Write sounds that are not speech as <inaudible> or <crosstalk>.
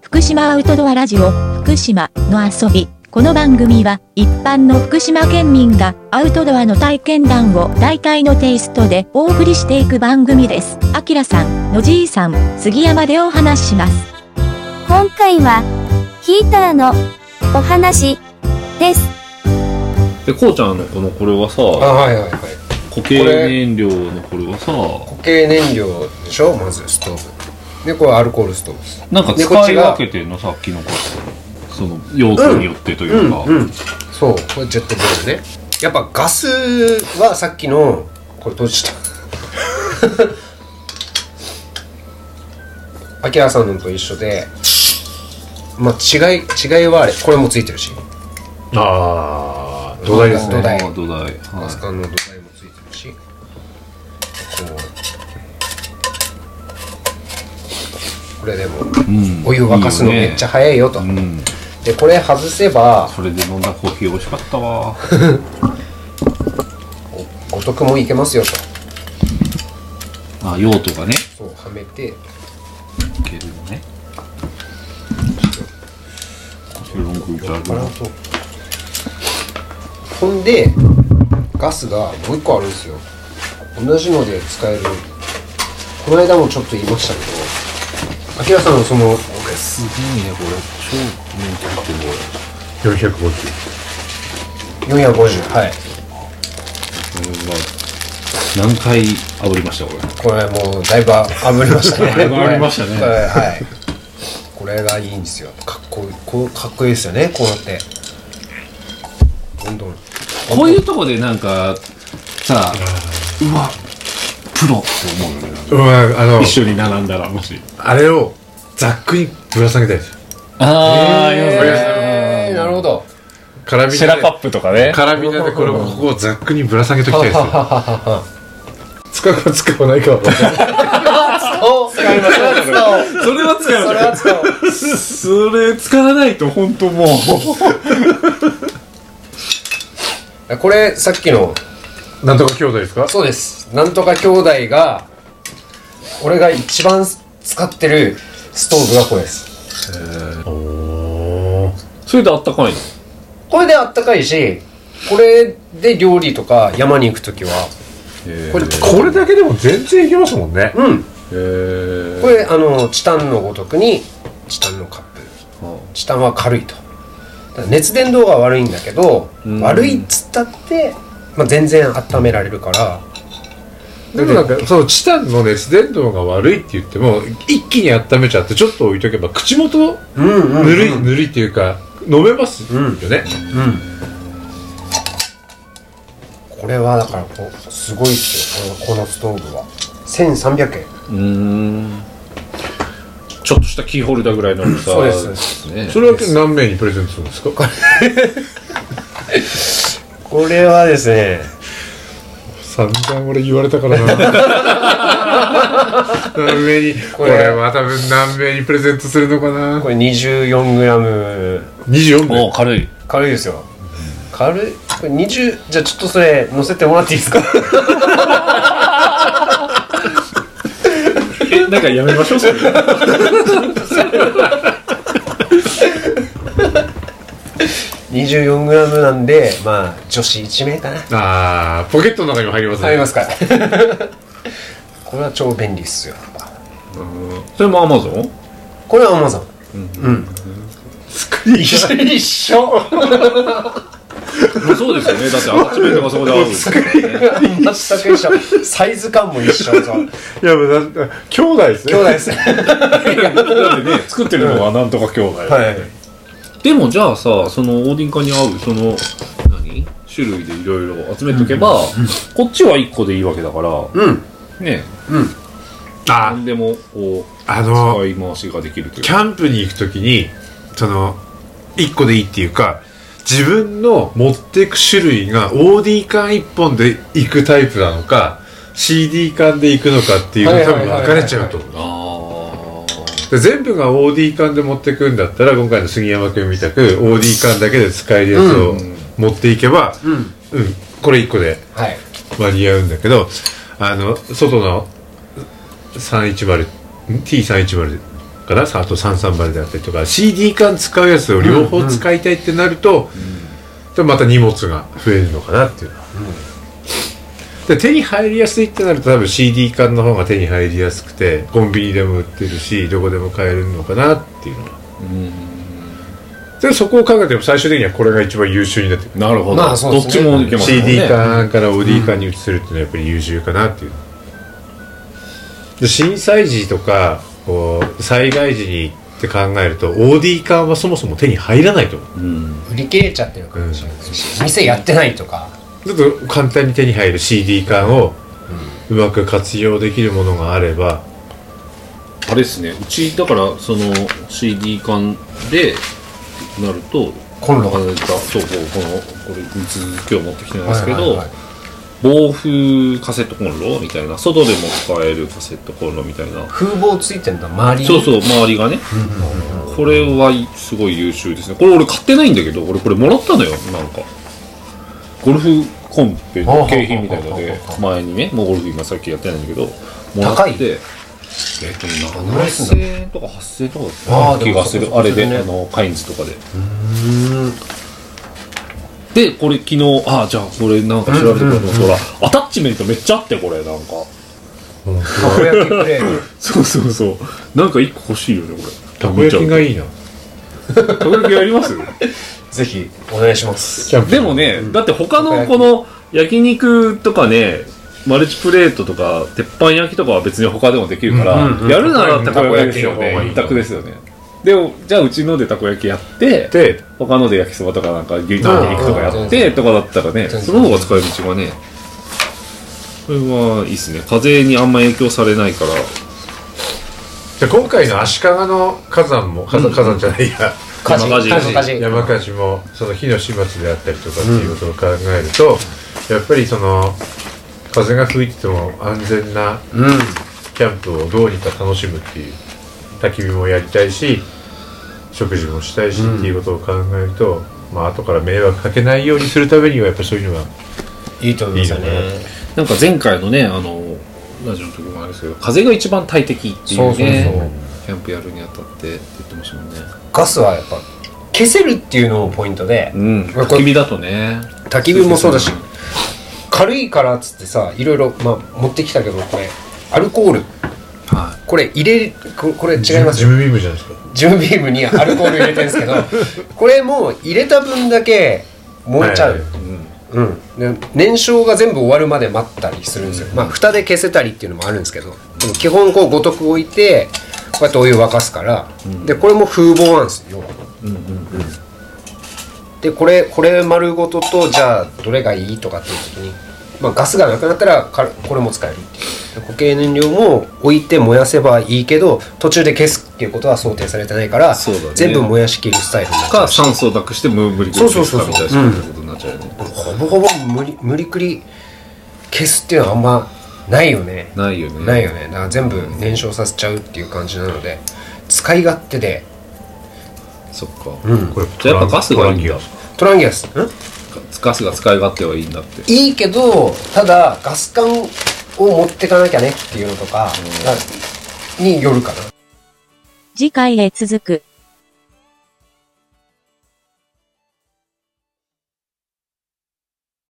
福島アウトドアラジオ福島の遊びこの番組は一般の福島県民がアウトドアの体験談を大体のテイストでお送りしていく番組ですあきらさんのじいさん杉山でお話しします今回は、ヒーターのお話です。で、こうちゃんのこのこれはさ、あはいはいはい固形燃料のこれはさ、固形燃料でしょまずストーブでこれアルコールストーブですなんかでこっ使ちいが分けてんの、さっきのこうその用途によってというか。んそうこれジェットボールねやっぱガスはさっきのこれ閉じた <laughs> アキラさんのと一緒でまあ違い違いはあれこれもついてるしああ、土台です土ね。台あー土台。ガスは管の土台もついてるしこうこれでもい。うんお湯沸かすのめっちゃい早いよといよねうん。でこれ外せばそれで飲んだコーヒー美味しかったわ。お得もいけますよとあ、用途がね。そうはめていけるよね。それロングいただきますとほんでガスがもう一個あるんですよ同じので使えるこの間もちょっと言いましたけどあきらさんのそのすげえね、これ。超面白いけど450。 450はいこれは何回炙りました、これ。これもうだいぶ炙りました <laughs> ねだいぶ炙りましたねこれ <laughs> はいこれがいいんですよかっこいいこうかっこいいですよねこうやってどんどんこういうとこでなんかさうわプロって思うよねなんかうん、あの一、緒に並んだらもしあれをざっくりぶら下げたいです。あえーなるほどカラビナで、ップとかねカラビナでこれをここをざっくりぶら下げときたいですよ。使うか使わないかは分かんない。お使いましょうそれは使それうは使おうそれ使わないと本当もうこれさっきのなんとか兄弟ですかそうですなんとか兄弟が俺が一番使ってるストーブがこれですそれであったかいのこれであったかいしこれで料理とか山に行く時はこれこれだけでも全然いけますもんね。うんえーこれあのチタンのごとくにチタンのカップチタンは軽いとただ熱伝導が悪いんだけどうん悪いっつったって、まあ、全然温められるからでもなんか、そのチタンの熱伝導が悪いって言っても、一気に温めちゃってちょっと置いとけば、口元うんうんうんぬるい、ぬるいっていうか、飲めますよね。これはだからこうすごいっすよこのこのストーブは1300円うーんちょっとしたキーホルダーぐらいの大きさそうですそうですねそれは何名にプレゼントするんですか <laughs> これはですね散々俺言われたからな何名にここれれは多分何名にプレゼントするのかなこれ 24g 24お名軽い軽いですよ軽いこれ20じゃあちょっとそれ乗せてもらっていいですかえなんかやめましょうそれ 24g なんでまあ女子1名かなああポケットの中にも入りますね入りますか <laughs> これは超便利っすよやっぱそれもアマゾンこれは a マ a うん、うん、作り一緒そうですよねだってアタッチメントがそこである全く一緒サイズ感も一緒そういやもうだ兄弟ですね兄弟ですだってね作ってるのはなんとか兄弟、はいでもじゃあさそのオーディン化に合うその何種類でいろいろ集めとけば、こっちは1個でいいわけだから、うんねあ何でもこうあの使い回しができるというキャンプに行く時にその1個でいいっていうか自分の持っていく種類が OD 缶1本で行くタイプなのか CD 缶で行くのかっていうのが多分分かれちゃうと思うあで全部が OD 缶で持ってくんだったら今回の杉山君みたく OD 缶だけで使えるやつを持っていけば、うんんこれ1個ではい割り合うんだけどあの外の310ん T310 からあと33バレであったりとか CD 缶使うやつを両方使いたいってなると、でまた荷物が増えるのかなっていうのは、で手に入りやすいってなると多分 CD 缶の方が手に入りやすくてコンビニでも売ってるしどこでも買えるのかなっていうのはでそこを考えても最終的にはこれが一番優秀になってくるなるほど、まあそうどでっすちねもいけますもんね CD 缶から OD 缶に移せるっていうのはやっぱり優秀かなっていう、で震災時とかこう災害時にって考えると OD 缶はそもそも手に入らないと思ううん売り切れちゃってるかもしれないし、店やってないとかちょっと簡単に手に入る CD 缶をうまく活用できるものがあればあれですねうちだからその CD 缶でなるとコンロが出たそうこうこのこれグッズ今日持ってきてますけど、はいはいはい防風カセットコンロみたいな外でも使えるカセットコンロみたいな風防ついてんだ周りにそうそう周りがねこれはいすごい優秀ですねこれ俺買ってないんだけど俺これもらったのよなんかゴルフコンペの景品みたいので前にねもうゴルフ今さっきやってないんだけどもら高っいてえっと7000円とか8000円とかだったあよーうなで気もがすそるうあれでそれあねのカインズとかでうんでこれ昨日ああじゃあこれなんか調べてくれたのほらアタッチメントめっちゃあってこれなんかたこ焼きプレートそうそうそうなんか1個欲しいよねこれたこ焼きがいいいなたこ焼きやります <laughs> ぜひお願いしますキャンプでもね、だって他のこの焼肉とかねマルチプレートとか鉄板焼きとかは別に他でもできるから、うんうんうんやるならたこ焼きたこ焼きの方がいいね一択ですよねでもじゃあうちのでたこ焼きやってで他ので焼きそばとかなんか牛タン焼肉とかやっうんてとかだったらね全然その方が使い道がねこれはいいっすね風にあんま影響されないからで今回の足利の火山も火山火山じゃないや火事山火事火事山火事もその火の始末であったりとかっていうことを考えると、やっぱりその風が吹いてても安全なうんキャンプをどうにか楽しむっていう焚き火もやりたいし食事もしたいしっていうことを考えると、まあ後から迷惑かけないようにするためにはやっぱそういうのがいいと思いますよねいいよねなんか前回のねあのラジオの時もあるんですけど風が一番大敵っていうねそうそうそうキャンプやるにあたってって言ってましたもんねガスはやっぱ消せるっていうのもポイントでうんこれ焚き火だとね焚き火もそうだし軽いからっつってさいろいろ、まあ、持ってきたけどこれアルコールはこれ入れここれ違いますジよムビームじゃないですかジムビームにアルコール入れてるんですけ <laughs> どこれもう入れた分だけ燃えちゃう、はいい、うん、うん、で燃焼が全部終わるまで待ったりするんですよ、まあ蓋で消せたりっていうのもあるんですけどでも基本こうごとく置いてこうやってお湯沸かすから、でこれも風防なんですよ、でこれこれ丸ごととじゃあどれがいいとかっていう時に、まあ、ガスがなくなったらかこれも使えるで固形燃料も置いて燃やせばいいけど途中で消すっていうことは想定されてないから、そうだね全部燃やしきるスタイルになっちゃかうし酸素をなくして無無理くりそうそうそうみたいうんなことになっちゃうよね、ほぼほぼ無理無理くり消すっていうのはあんまないよねないよねないよねだから全部燃焼させちゃうっていう感じなので使い勝手でそっか、んこれじゃあやっぱガスがいいんだトランギアスんガスが使い勝手はいいんだっていいけどただガス管を持ってかなきゃねっていうのとかがによるかな次回へ続く。